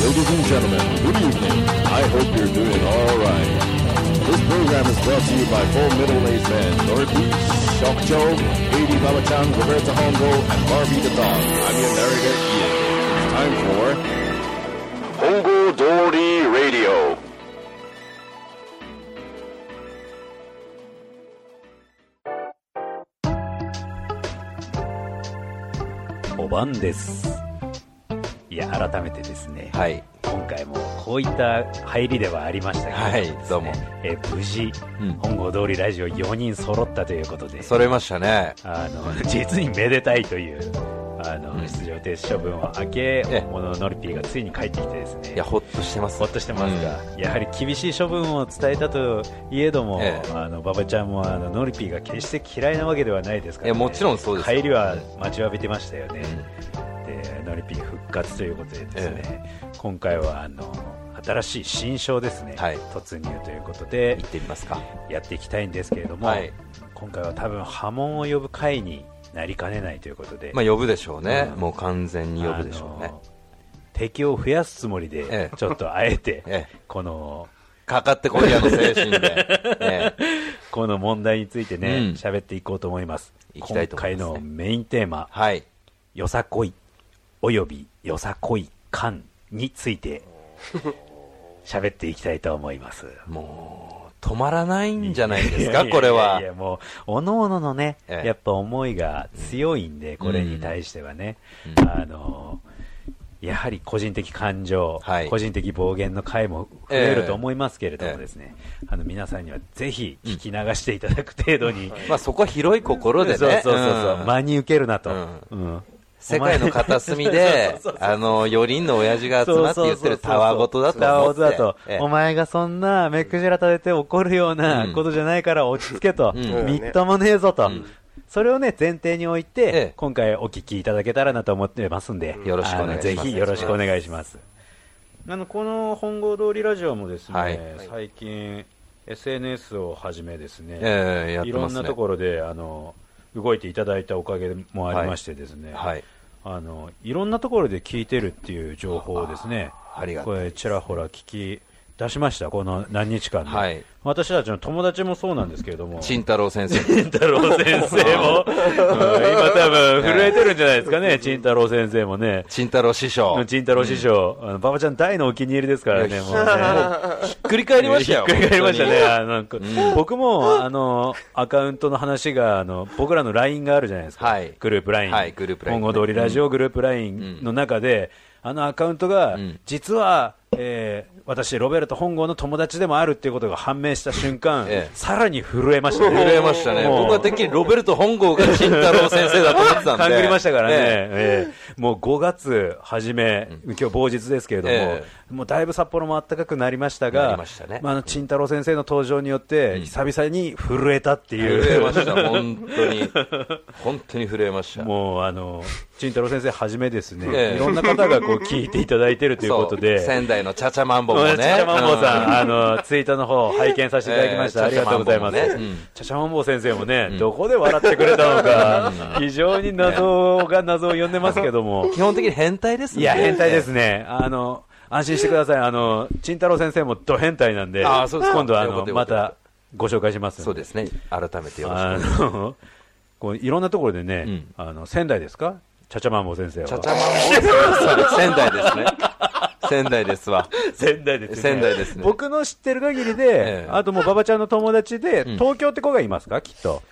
Ladies and gentlemen, good evening. I hope you're doing all right. This program is brought to you by four middle-aged men, Dorothy, Shock Joe, Baby Baba Chan, Roberta Hongo, and Barbie the Dog. I'm your narrator, Ian. It's time for Hongo Dory Radio. お晩ですいや改めてですね、はい。今回もこういった入りではありましたけど、はいですねどうもえー無事、うん本郷通りラジオ4人揃ったということでそれましたね。あの実にめでたいというあの、うん出場停止処分を明けええ本物のりぴーがついに帰ってきてですねいや、ほっとしてますほっ。としてますが、やはり厳しい処分を伝えたといえども、ええあの馬場ちゃんもあのノリピーが決して嫌いなわけではないですから、ね、いやもちろんそうですよ帰りは待ちわびてましたよね、でノリピー復活ということでですね、今回はあの新しい新章ですね、はい突入ということで行ってみますか。やっていきたいんですけれども、はい今回は多分波紋を呼ぶ回になりかねないということで、まあ、呼ぶでしょうね。うんもう完全に呼ぶでしょうあね。の敵を増やすつもりで、ええちょっとあえて、 ええこのかかってこいやの精神で。 ええこの問題についてうんね、喋、っていこうと思います。いきたいと思いますね今回のメインテーマ、はい。よさこい、およびよさこい感につい て、喋っていきたいと思います。もう、止まらないんじゃないですいやいやいか、や。これはいや、もう、おのおののね、ええやっぱ思いが強いんで、これに対してはね、うんあの、やはり個人的感情、はい個人的暴言の回も増えると思いますけれどもですね、あの皆さんにはぜひ聞き流していただく程度に、まあ、そこは広い心でね。そうそうそうそう、うん真に受けるなと、ううん世界の片隅で、あの、4人の親父が集まって言ってるたわごとだと思って。たわごとだと、ええお前がそんな目くじら立てて怒るようなうんことじゃないから落ち着けと、うんみっともねえぞと、それをね、前提に置いて、え今回お聞きいただけたらなと思ってますんで、よろしくお願いしますあのぜひよろしくお願いします。あのこの本郷通りラジオもですね、はい最近 SNS をはじめですね、ええやっいてろまんすね。なところであの動いていただいたおかげもありましてですね、はい。あのいろんなところで聞いてるっていう情報をですね、あありがたこいれ、ちらほら聞き出しました、この何日間で、はい私たちの友達もそうなんですけれども、慎太郎先生。 太郎先生も、うん今、多分震えてるんじゃないですかね、陳太郎先生もね、慎太郎師匠。ひ陳太郎師匠、あの馬場ちゃん、大のお気に入りですからね、もうね。っくり返りました よ。ひっくり返りましたね。あのん僕も、あの、アカウントの話が、あの、僕らの LINE があるじゃないですか。はいグループ LINE。はいグループ LINE 今後通りラジオグループ LINE の中で、あのアカウントがん、実は、えー私、ロベルト本郷の友達でもあるっていうことが判明した瞬間ええ、さらに震えました震えましたね。もう僕はてっきりロベルト本郷が慎太郎先生だと思ってたんで。勘ぐりましたからね、えええもう5月初め、今日某日ですけれども、えもうだいぶ札幌も暖かくなりましたなが、りましたねああの陳太郎先生の登場によって、久々に震えたってえ。いう、震えました、本当に。本当に震えました。もうあの陳太郎先生はじめですね、ええいろんな方がこう聞いていただいてるということそうで。仙台のチャチャマンボもチね。ャチャマンボウさん、うあの、ツイートの方、拝見させていただきました。ええありがとうございます。チャチャマンボウもねうんチャチャマンボウ先生もね、どこで笑ってくれたのか、非常に謎が謎を呼んでますけども。基本的に変態ですね。いや、変態ですね。あの、安心してください。あの、陳太郎先生もド変態なんで、あーそうですか今度はあよかっの、たよかまったよかったご紹介します。そうですね。改めてよろしく。あの、こういろんなところでね、うんあの、仙台ですかチャチャマンボ先生は。チャチャマンボウさん、仙台ですね。仙台ですわ。仙台ですね。仙台ですね僕の知ってる限りで、えあともう馬場ちゃんの友達で、東京って子がいますかきっと。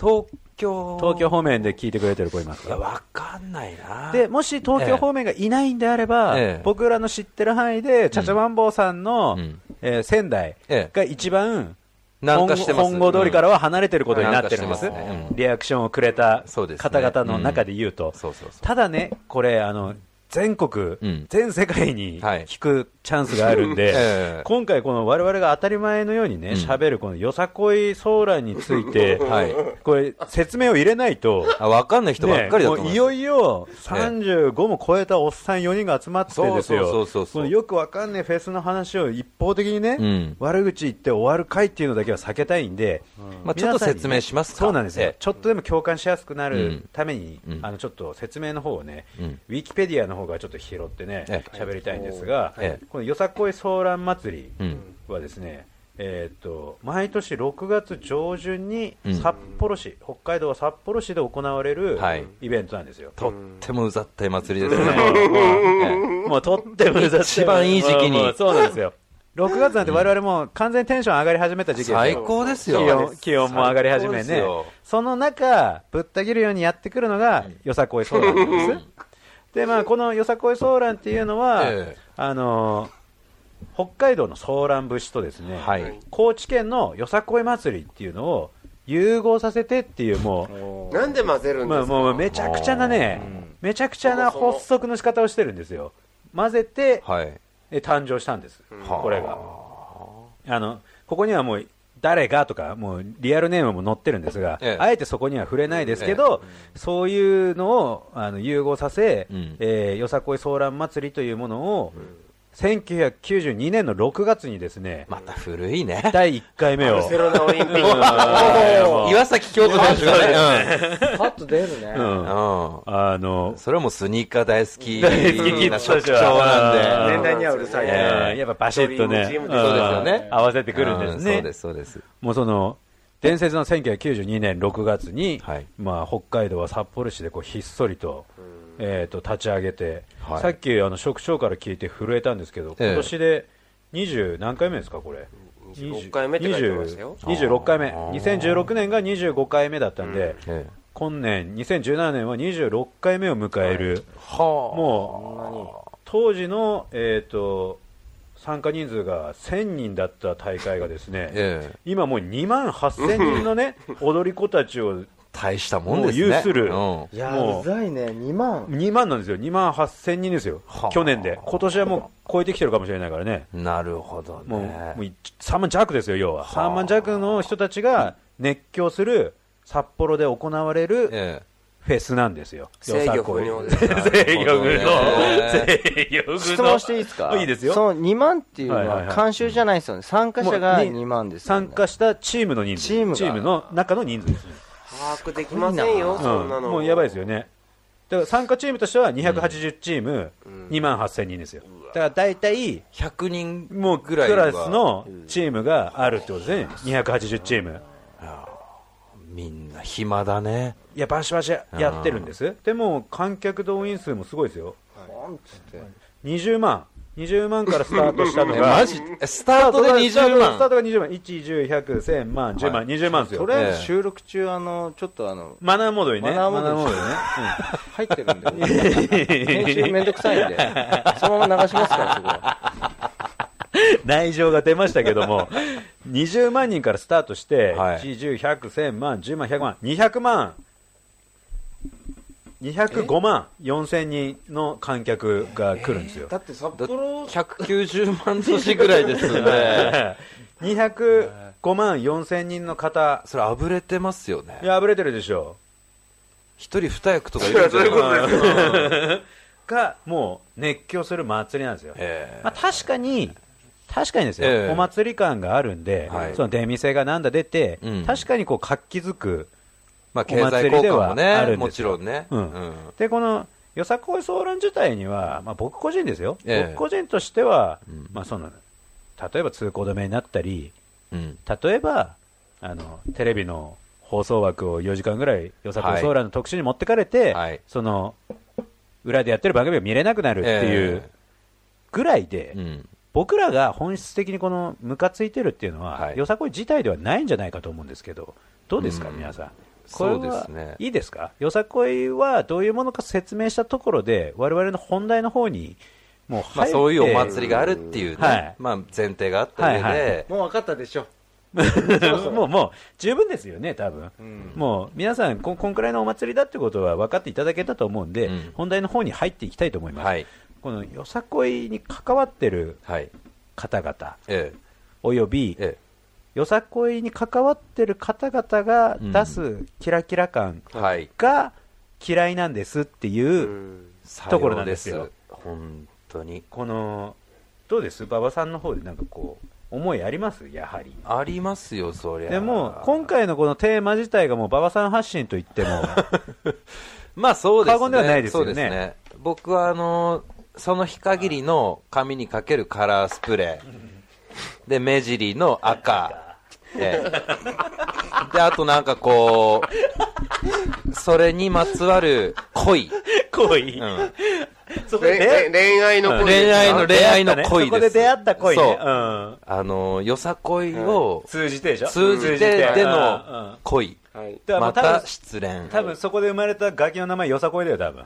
東京。東京方面で聞いてくれてる子いますいや、かわかんないな。で、もし東京方面がいないんであれば、ええ僕らの知ってる範囲で、チャチャマンボウさんの、うんえー仙台ええが一番、南下してます本郷通りからは離れてることになってるんです、うん南下してますねうんリアクションをくれたそうですね方々の中で言うと、そうそうそう。ただね、これ、あの全国、うん全世界にはい聞くチャンスがあるんで、 ええ今回、この我々が当たり前のようにね、喋、るこのよさこいソーラーについて、 はいこれ、説明を入れないと。 あ、わかんない人ばっかりだとね思もう。ういよいよ35も超えたおっさん4人が集まってですよそうそうそうそうそうこのよくわかんないフェスの話を一方的にね、うん悪口言って終わる回っていうのだけは避けたいんで、まあちょっと説明しますかそうなんですよ、ええちょっとでも共感しやすくなるために、うんあのちょっと説明の方をね、うんウィキペディアの方がちょっと拾ってねえ喋、りたいんですが、ええこのよさこいソーラン祭うりん。はですね、えーっと毎年6月上旬にうん札幌市、北海道は札幌市で行われるはいイベントなんですよ。とってもうざったい祭りですまあね。まあとってもうざったい一番いい時期にまあまあそうなんですよ。6月なんて我々もう完全にテンション上がり始めた時期ですよ最高です気よ。温気温も上がり始め最高ですねよ。その中ぶった切るようにやってくるのがよさこいソーランなんですでまあこのよさこいソーランっていうのは、ええあの北海道のソーラン節とですね、はい。高知県のよさこい祭りっていうのを融合させてっていうもなんで混ぜるう、んまであ、すもかうめちゃくちゃなねめちゃくちゃな発足の仕方をしてるんですよ混ぜてはい。え誕生したんです、はあこれがあのここにはもう誰がとかもうリアルネームも載ってるんですが、ええあえてそこには触れないですけど、そういうのをあの融合させ、うんえーよさこいソーラン祭りというものを、1992年の6月にですね、また古いね。第1回目をバルセロナオリンピックうん岩崎京都選手がね。パッと出るね。うんうん。うんあのそれはもうスニーカー大好き大好きキッなズと職して 長はなんで。年代にはうるさいえねえうんやっぱバシッとねドリームチームうんそうですよね合わせてくるんですね、うそうです、そうです。もうその伝説の1992年6月に、はいまあ、北海道は札幌市でこうひっそりと,、えーと立ち上げて、はいさっきあの職長から聞いて震えたんですけど、ええ今年で20何回目ですか、これ。 26回目って書いてましたよ20 26回目、2016年が25回目だったんで、ええ今年、2017年は26回目を迎える、はもう当時の、えー、と参加人数が1000人だった大会がですね、 ええ今もう2万8000人のね 踊り子たちをあ、大したもんですね。もう有するうんいやもううざいね、2万。 2万なんですよ2万8000人ですよ、はあ去年で今年はもう超えてきてるかもしれないからねなるほどね。もうもうい3万弱ですよ要は、3万弱の人たちが熱狂する札幌で行われる、ええフェスなんですよ。制御不良よでさすこい制御不良。え制御不良。質問していいですかいいですよ。その2万っていうのはいはいははい監修じゃないですよね。参加者がもうに2万ですよね。参加したチームの人数チームがの中の人数ですね、把握できませんようんそんなのもうやばいですよねだから参加チームとしては280チーム2万8000人ですよ、だから大体100人もうぐクらいラスはのチームがあるってことですね280チームみんな暇だね。いやバシバシやってるんですでも観客動員数もすごいですよポンっつって。 20万20万からスタートしたのえ がマジえスタートで20スター万トが20万1101000万10万、20万ですよとりあえず収録中、あの、ちょっとあの、マナーモードにねマナーモードに入ってるんで、 編集めんどくさいんで、そのまま流しますから、そこは。内情が出ましたけども、20万人からスタートして、はい1、10、100、1000万、10万、100万、200万、205万4000人の観客が来るんですよ。って札だ ?190 万年ぐらいですよね。 205万4000人の方、 それあぶれてますよね。破れてるでしょ一人二役とかいるんじゃ ないですか。が、もう熱狂する祭りなんですよ。えまあ、確かに、確かにですよ、ええお祭り感があるんで、はいその出店がなんだ出て、うん確かにこう活気づく、まあ経済効果もお祭りではあね、るんもですちよろんね。うんうんでこのよさこいソーラン自体には、まあ、僕個人ですよ、ええ僕個人としては、まあ、その例えば通行止めになったり、うん例えばあのテレビの放送枠を4時間ぐらい、よさこいソーランの特集に持ってかれて、はいその裏でやってる番組が見れなくなるっていうえぐらいで。うん僕らが本質的にこのムカついてるっていうのは、はいよさこい自体ではないんじゃないかと思うんですけど、どうですか、皆さん。これはそうですねいいですか、よさこいはどういうものか説明したところで、我々の本題の方に、もう入って、まあそういうお祭りがあるっていうはねい、まあ前提があった上はいはで、もう分かったでしょ。 もう、もう、十分ですよね、多分、もう、皆さんこ、こんくらいのお祭りだってことは分かっていただけたと思うんで、うん本題の方に入っていきたいと思います。はいこのよさこいに関わってるはい。方々、えおよび、ええよさこいに関わってる方々が出すキラキラ感えはい。が嫌いなんですっていう、うんところなんですよ本当にこのどうです馬場さんの方でなんかこう思いありますやはりありますよそりゃでも今回のこのテーマ自体がもう馬場さん発信と言ってもまあそうですね過言ではないですよねそうですね僕はあのその日限りの髪にかけるカラースプレーで目尻の赤でであとなんかこうそれにまつわる恋、 恋、うん、そこでれ恋愛の恋恋愛の恋愛の恋ですそこで出会った恋ねそううんあのよさ恋を通じてでしょ通じてでの恋はい。うんまた失恋多分そこで生まれたガキの名前よさこいだよ多分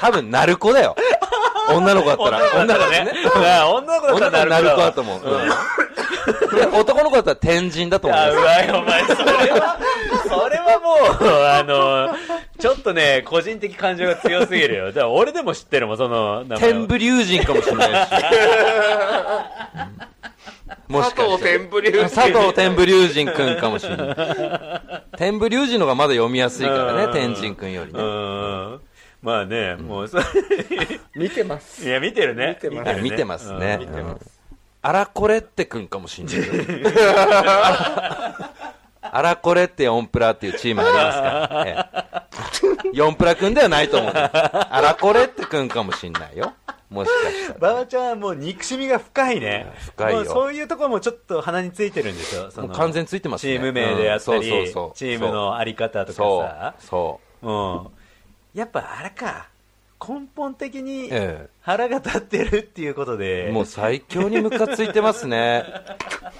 多分鳴子だよ女の子だったら女の子ね女の子だ女のった子ら鳴子だとう思う、うんで男の子だったら天神だと思うあうわいお前それはそれはもうあのちょっとね個人的感情が強すぎるよだから俺でも知ってるもんその名前を天武竜神かもしれないしもしか佐し藤て天ぷり。佐藤天武竜神くんかもしれない天武竜神の方がまだ読みやすいからうんね天神くんよりうねんまあね、もうそ 見てます。いや見てるね見てまあ見てますねうんあらこれってくんかもしんない あらこれって4プラっていうチームありますから、ええ、4プラくんではないと思うんですあらこれってくんかもしんないよもしかしたら馬場ちゃんはもう憎しみが深いね深いよもうそういうところもちょっと鼻についてるんでしょそのもう完全についてますチねーム名であったり、うんそうそうそうチームのあり方とかそうさそううん、やっぱあれか根本的にええ腹が立ってるっていうことで、もう最強にムカついてますね。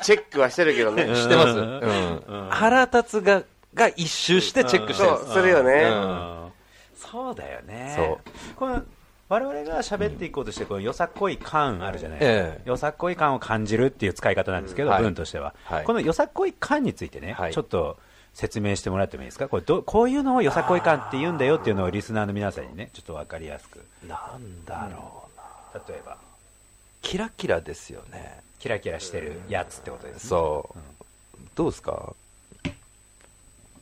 チェックはしてるけどね。してます。うん。腹立つが、が一周してチェックしてそまうす。、するようね。んそうだよねそこの我々が喋っていこうとしてこのよさこい感あるじゃない、ええよさこい感を感じるっていう使い方なんですけど、うんはい文としては、はいこのよさこい感についてね、はいちょっと説明してもらってもいいですかこれどこういうのをよさこい感って言うんだよっていうのをリスナーの皆さんにねちょっと分かりやすくなんだろうな。例えばキラキラですよね。キラキラしてるやつってことですねそう。どうですか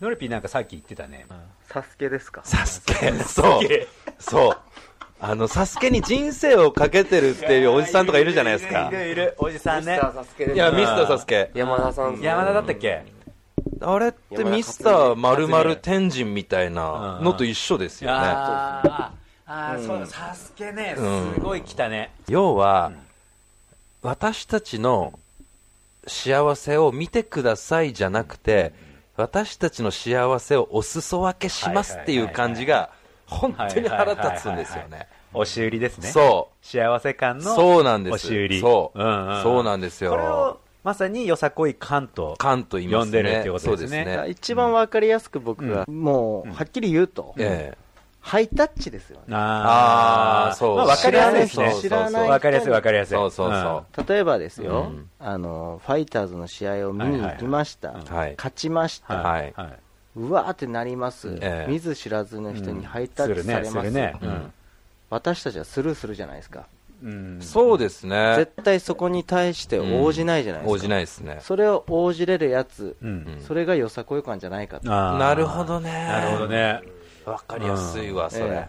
ノルピーなんかさっき言ってたね、サスケですかサスケ。そう。そう。あの、サスケに人生をかけてるっていうおじさんとかいるじゃないですかい。るいるおじさんねサスケでいや、ミスターサスケ。山田さんですね。山田だったっけあれってミスター〇〇天神みたいなのと一緒ですよね。あーあー、そうだサスケねうんすごい来たね、要は、私たちの幸せを見てくださいじゃなくて、私たちの幸せをお裾分けしますっていう感じが本当に腹立つんですよね、押し売りですねそ幸せ感うのそうなんです押し売りそう,、んんそうなんですこれよをまさによさこい関東関と言いま呼んすねでるっていうことですねそうですね一番わかりやすく僕が、もうはっきり言うと、ええハイタッチですよねああーそうまあ、分かりやすいですね知らない人知らない人に分かりやすい分かりやすいそうそうそ例えばですうよ、んあのファイターズの試合を見に行きましいた、はい勝ちました、うんはいはい、はいうわーってなります、ええ見ず知らずの人にハイタすッチるさねれすます,、るね、私たちはスルーするじゃないですか、うんうそうですね絶対そこに対して応じないじゃないですか、応じないですねそれを応じれるやつ、うんそれがよさこい感じゃないかと、あーなるほどねなるほどね、分かりやすいわ、それ、ええ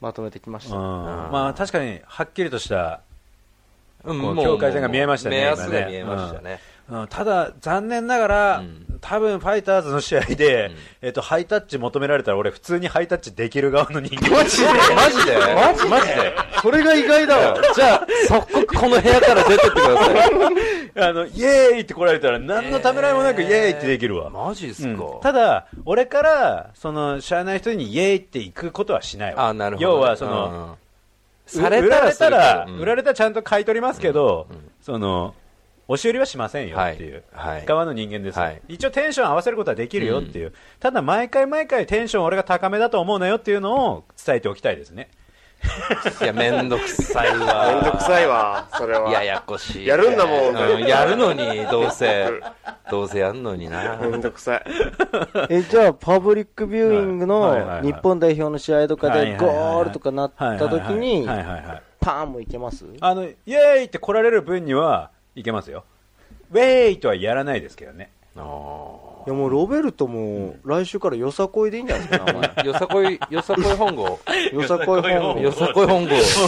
まとめてきましうんた、まあ確かにはっきりとしたうんこうもう境界線が見えましたね目安今がね見えましたね、うんただ、残念ながら、うん多分ファイターズの試合で、んえっと、ハイタッチ求められたら、俺、普通にハイタッチできる側の人間マジマジでマジでそれが意外だわじゃあ、即刻この部屋から出てってくださ い。あのイエーイって来られたら、何のためらいもなくイエーイってできるわ。マジっすか、うんただ、俺からその知らない人にイエーイって行くことはしないわ、あ、なるほど。要はその、うん、うされ売たらられするたけど、ら、うん売られたらちゃんと買い取りますけど、うんうんその押し売りはしませんよっていう、はいはい側の人間です、はい一応テンション合わせることはできるよっていう、ただ毎回毎回テンション俺が高めだと思うなよっていうのを伝えておきたいですねいや、めんどくさいめんどわ。くさいわ、それは。ややこしい。やるんだもんうやるのに、どうせ。どうせやんのにな。めんどくさい。 えじゃあパブリックビューイングはいはいはいのはい日本代表の試合とかはいはいではいはいゴールとかなった時にはいはいはいはいはいパーンもいけますあのイエーイって来られる分にはいけますよウェーイとはやらないですけどねあいやもうロベルトも来週からよさこいでいいんじゃないですか、名 前あ。よさこい、よさこい本郷。よさこい本よさこい本郷。よさ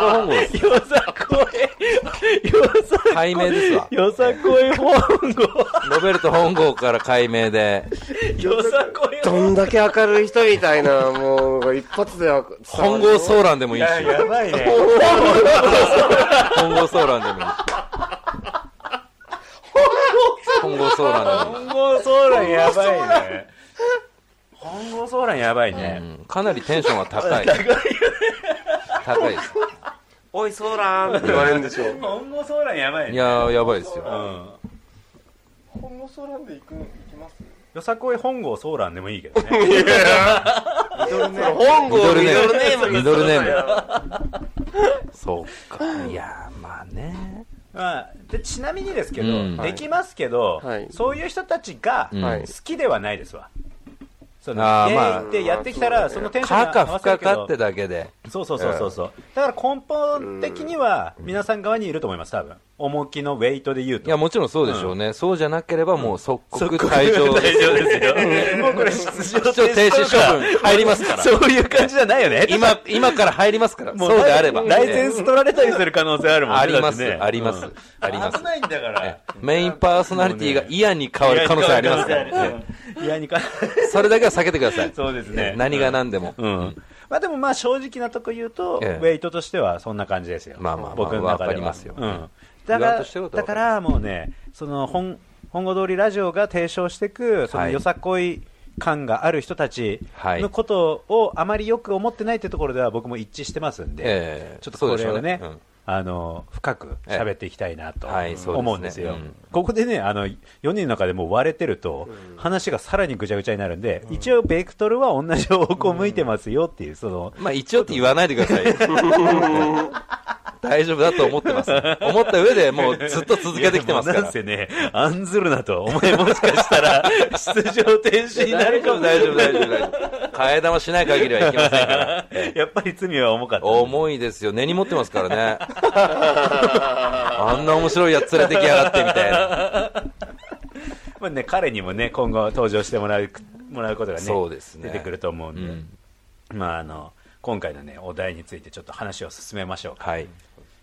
こい本郷です。よさこい、よさ解明ですわ。よさこい本郷、ロベルト本郷から解明で。よさこいどんだけ明るい人みたいな、もう、一発で伝わる。本郷ソーランでもいいし。ばいね。本郷ソーランでもいいし。本郷ソーランでもいい本郷ソーランやばいね。本郷ソーランやばいね。うんかなりテンションは高い。高いです。おい、ソーラーって言われるんでしょ。本郷ソーランやばいいね。やー、やばいですうよ。ん。本郷ソーランで行く、行きますよさこい本郷ソーランでもいいけどね。 本ミド郷ルミネドルネーーム。ム。ミドルネーム。そう か。いやー、まあね。まあ、でちなみにですけど、うんできますけど、はいそういう人たちがうんはい好きではないですわ、そのあーまあ芸ってやってきたまら、あそのテンションかに合かわ不せるかけどかってだけで。そうそうそうそうそう、だから根本的には皆さん側にいると思います、多分重きのウェイトで言ういと。や、もちろんそうでしょうね。そうじゃなければもう即 刻退大丈場夫でですす。よ。 もうこれ出場出場停止処分入りますから。そういう感じじゃないよね。今、今から入りますから。もそうであれば。ライセンス取られたりする可能性あるもんね。ありますだってねありますうんあります危ないんだから。メインパーソナリティが嫌に変わる可能性ありますから。ねいや、にか。それだけは避けてください。そうですね。何が何でも。うん。まあでもまあ正直なとこ言うと、ウええェイトとしてはそんな感じですよ。まあまあまあ僕の中では。わかりますようん。だ言わからんとしてるこ、とはだわかかるらもうね、その本、本郷通りラジオが提唱していく、そのはいよさこい感がある人たちはいのことをあまりよく思ってないってところでは僕も一致してますんで、ええちょっとこれそうでしょをうね、ねうんあの深く喋っていきたいなとええはいそうですね思うんですよ、うんここでねあの4人の中でもう割れてると、話がさらにぐちゃぐちゃになるんで、一応、ベクトルは同じ方向向いてますよっていう、そのまあ一応って言わないでくださいよ。大丈夫だと思ってます。思った上でもうずっと続けてきてますかいやでもならん。せね、案ずるなと、お前もしかしたら出場停止になるかも大丈夫、大丈夫、大丈夫。替え玉しない限りはいけませんから。 やっぱり罪は重かった。重いですよ。根に持ってますからね。あんな面白いやつ連れてきやがってみたいな。まあね、彼にもね、今後登場してもらうもらうことがねそうですね出てくると思うんで、うんまあ、あの今回の、ね、お題についてちょっと話を進めましょうか、はい。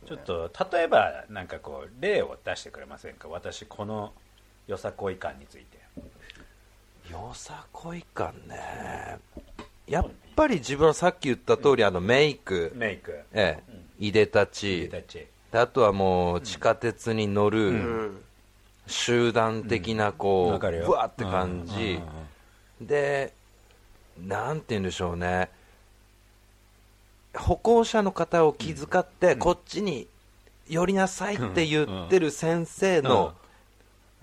ちょっと例えばなんかこう例を出してくれませんか私このよさこい感についてよさこい感ね。やっぱり自分はさっき言った通り、あの、メイク、メイクええ、いでたち、た ちであとはもう地下鉄に乗る、うん集団的うなんこわう、かるよぶわって感じ、うんうんうんでなんて言うんでしょうね歩行者の方を気遣って、こっちに寄りなさいって言ってる先生の、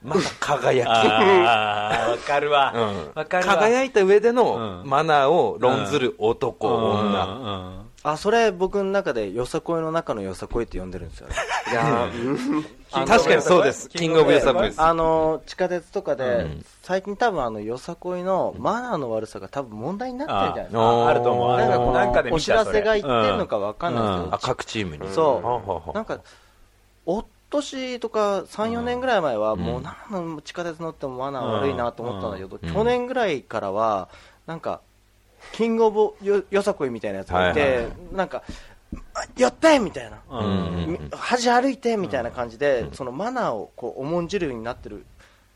また輝き、ああわかるわうわ、んかるわ輝いた上でのうんマナーを論ずる男、女、Uh. 女あ、それ僕の中でよさこいの中のよさこいって呼んでるんです よ。いやー、 確かにそうですキングオブヨサコイですあのー、地下鉄とかうでん、最近多分あの、よさこいのマナーの悪さが多分問題になってるんじゃないですか。ああると思うなんかこなんかでの、お見知たらそせれが言ってるのかわかんないうんですけあど、各チームにそうんなんか、お年とか3、4年ぐらい前は、もうなんか地下鉄乗ってもマナー悪いなと思ったんだけど、うん去年ぐらいからは、なんか、キングオブよよさこいみたいなやつがいて、はいはいはなんか、寄ってみたいな、うんうんみ端歩いてみたいな感じで、そのマナーをこう重んじるようになってる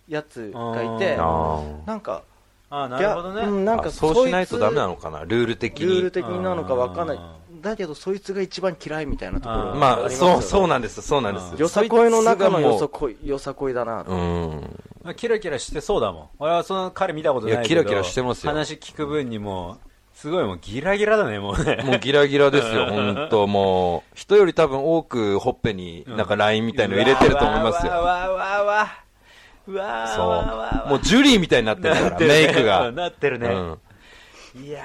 やつがいて、うんあなんか、あーなるほどね、いやうんーなんあかそうしないとそいつダメなのかなルール的ルーにル的なのかわかんないあ、だけど、そいつが一番嫌いみたいなところがあーまありますよそねうそうなんですそうなんですよさこいの中のそよさいつがもこい、よさこいだなと。ううんまあキラキラしてそうだもん俺はその彼見たことないけどいやキラキラしてますよ話聞く分にもうすごいもうギラギラだねもうねもうギラギラです よ、本当もう。人より多分多くほっぺに、なんかラインみたいの入れてると思いまうすよ。わうわうわうわうわうわうわうそう。わもうジュリーみたいになってる かなっら、てるねメイクが。なってるねうんいや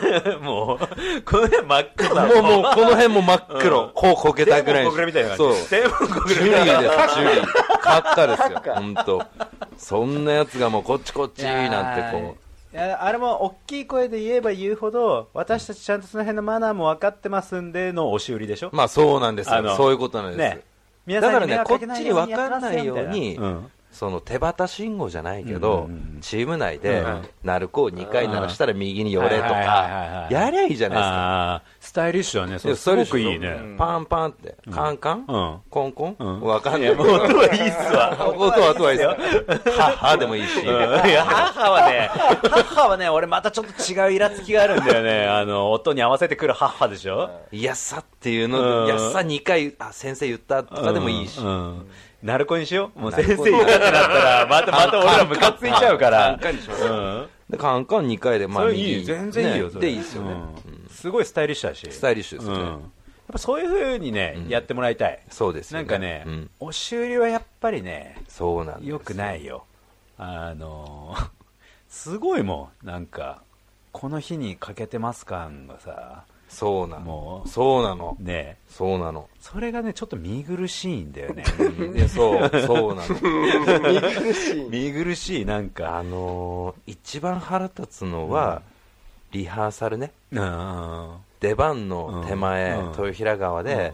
ーもうこの辺真っ黒だもうもう、この辺も真っ黒。こうこけたぐらい天文国みたいなに。そ感う。じジ天文国みュたリいなーです、ジュリー。カッカですよ、本当そんなやつがもうこっちこっちなんてこいう。やあれも大きい声で言えば言うほど私たちちゃんとその辺のマナーも分かってますんでの押し売りでしょ、まあそうなんですあのよ。そういうことなんです。ね皆ださかんらに迷ね、惑こかっけなちいにように分やっかてまんすよないように、みたいなうんその手旗信号じゃないけど、うんうんうんチーム内でうん鳴子を2回鳴らしたら右に寄れとはいはいはいはいかは、いやりゃいいじゃないあースタイリッシュだね、そでれすすか。ごくいいそれでしね。ょパンパンって、カンカン、うんコンコン、んわかんいない。や、もう音はいいっすわ。音は音はいいですよ。はっはでも いいし。いや母はね、母はね、俺またちょっと違うイラつきがあるんだよね。あの、音に合わせてくる母でしょいやさっていううのんで、いやさ2回、あ、先生言ったとかでもいいし。うん。ナルコにしよう。もう先生行くってなったら、また、また俺らムカついちゃうから。うんで、カンカン2回で、まあそれ右いい、全然いいよ、ねそれで、いいですよね。うんすごいスタイリッシュだし。スタイリッシュですうねんやっぱそういう風にね、やってもらいたい。そうですよなねんかねうん、押し売りはやっぱりね、そうなんですよくないよ。あの ー、すごいもう、なんか、この日に欠けてます感がさ、そうなのも。うそうなの。ねそう なの。それがね、ちょっと見苦しいんだ よね。でそう、そうなの。 見苦しい、なんかあ。のー一番腹立つのは、リハーサルね。うん出番の手前、うん豊平川で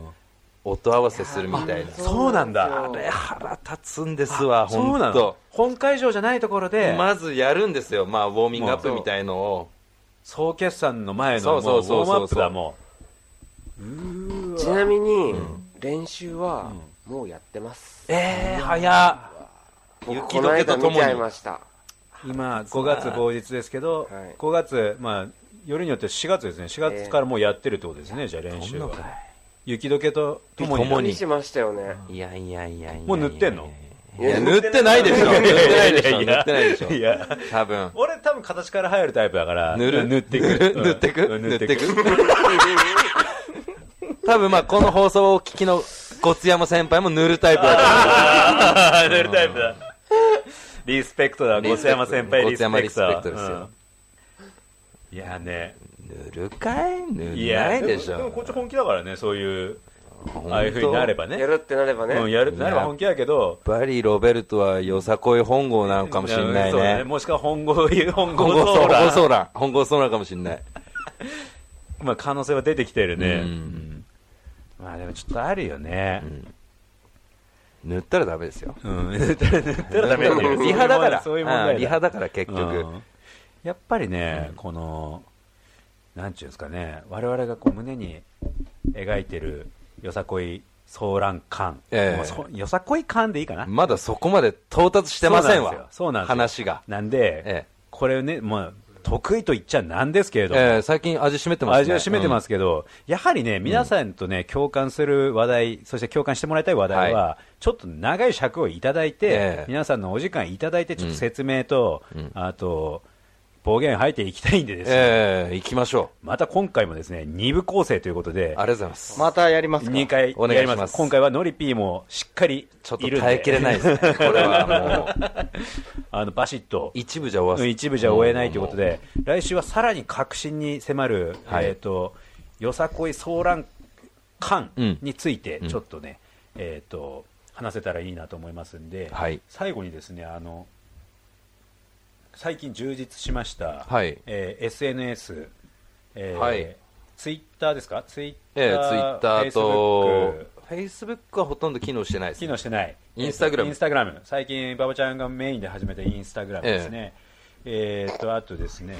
うん、音合わせするみたいな。そうなんだあ。れ腹立つんですわ、そほうんなのと。本会場じゃないところで、まずやるんですよ、まあ、ウォーミングアップみたいのを。総決算の前のそうそもうウうォそうそうームアップだもちなみに、練習は、もうやってます。えー、早っ僕雪この解け間とと見もちにゃいました。う今5月某日ですけど、はい5月まあよりによって4月ですね4月からもうやってるってことですね、じゃあ練習は雪解けとともにともに見しましたよね。いやいやいやいやもう塗ってんのいや塗ってないでしょ塗ってないでしょ塗ってないでしょいや多分俺多分形から入るタイプだから塗る塗っていく塗る塗ってうくん塗ってく多分まあこの放送をお聞きのごつやま先輩も塗るタイプだあー塗るタイプ だリスペクトだリ五ス津ペクト山先輩リスペクト五津山リスペクトですようんいやねと思う塗るかい塗いらやないでしももこょっち本気だからねそういう本当ああいうふうになればねやるってなればね。うん、やるってなれば本気やけど、やっぱりロベルトはよさこい本郷なのかもしれないそうだねもしくは本郷 言う本本郷郷ソソーーララーソーラー本郷ソーラーかもしれないまあ可能性は出てきてるね、うんまあでもちょっとあるよね、塗ったらダメですようん、 塗ったら塗ったらダメだよリハだからそういう問題うんリハだから結う局んやっぱりね、このなんちゅうんですかね我々がこう胸に描いてるよさこい騒乱感、ええもうそよさこい感でいいかな、まだそこまで到達してませんわそうなんですよそうなんです話がなんで、ええこれね、まあ、得意と言っちゃなんですけれども、えー最近味しめてますね、味を占めてますすけど、やはりね、皆さんとね、共感する話題、そして共感してもらいたい話題は、ちょっと長い尺をいただいて、ええ皆さんのお時間いただいて、ちょっと説明と、あと、暴言吐いていきたいんでですね、ええ行きましょまた今回もですね、2部構成ということうであ、りがとうございます、またやりますか2回お願いやりしますます。今回はノリピーもしっかりちょっいとるんで耐えきれないですね、これはもう、 あの、バシッと。一部じゃ終わうんせ一部じゃ終えないということで、来週はさらに革新に迫る、はいえー、とよさこい騒乱感うんについて、ちょっとね、えー、と話せたらいいなと思いますんで、はい最後にですねあの最近充実しました、はいえー SNS、えーはいツイッターですかツイッター、ええツイッターと Facebook、フェイスブックはほとんど機能してないです機能してない、インスタグラムインスタグラム、最近、馬場ちゃんがメインで始めたインスタグラムですね、えーっとあとですね、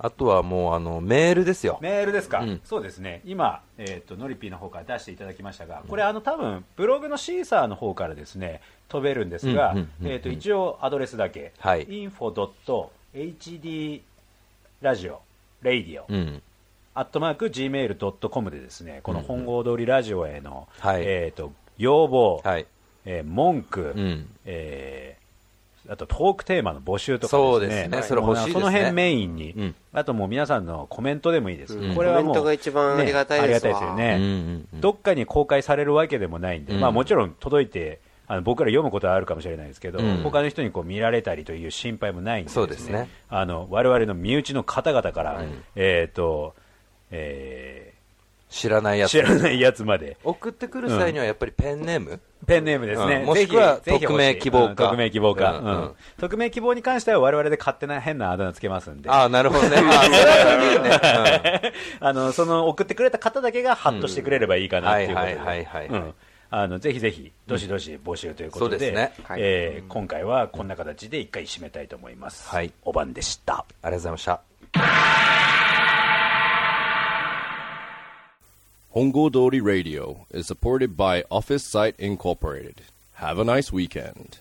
あとはもうあのメールですよ、メールですか、うんそうですね、今、えーっとノリピーの方から出していただきましたが、これ、あの多分ブログのシーサーの方からですね飛べるんですがうんうん、うんうんえーっと一応、アドレスだけ、はい info.hd ラジオ、レイディオ。うん、アットマーク Gmail.com でですねこの本郷通りラジオへの、はいえーっと要望、はい、えー文句、うんえーあとトークテーマの募集とかそうですねはいそれ欲しいですねもうその辺メインに、うんあともう皆さんのコメントでもいいです、うんこれはコメもうントが一番ありがたいですねわありがうんたいですよね、うんどっかに公開されるわけでもないんで、うんまあ、もちろん届いてあの僕ら読むことはあるかもしれないですけど、うん他の人にこう見られたりという心配もないんでそうですねあの我々の身内の方々から、はいえっ、と、えー知らないや知つらないやつまで。送ってくる際にはやっぱりペンネーム、ペンネームですね。うんもしくはぜひぜひ欲しい匿名希望かうん匿名希望か、ううんんうん匿名希望に関しては我々で勝手な変なあだ名つけますんで。ああなるほどねあ ーそ れはそれでいいね、あの、その送ってくれた方だけがハッとしてくれればいいかなっていうことで。うんはいはいはいはいはいうんあのぜひぜひ、どしどし募集ということで、そうですねはいえー今回はこんな形で一回締めたいと思います。はいお晩でした。ありがとうございました Hongo Dori Radio is supported by Office Site Incorporated. Have a nice weekend.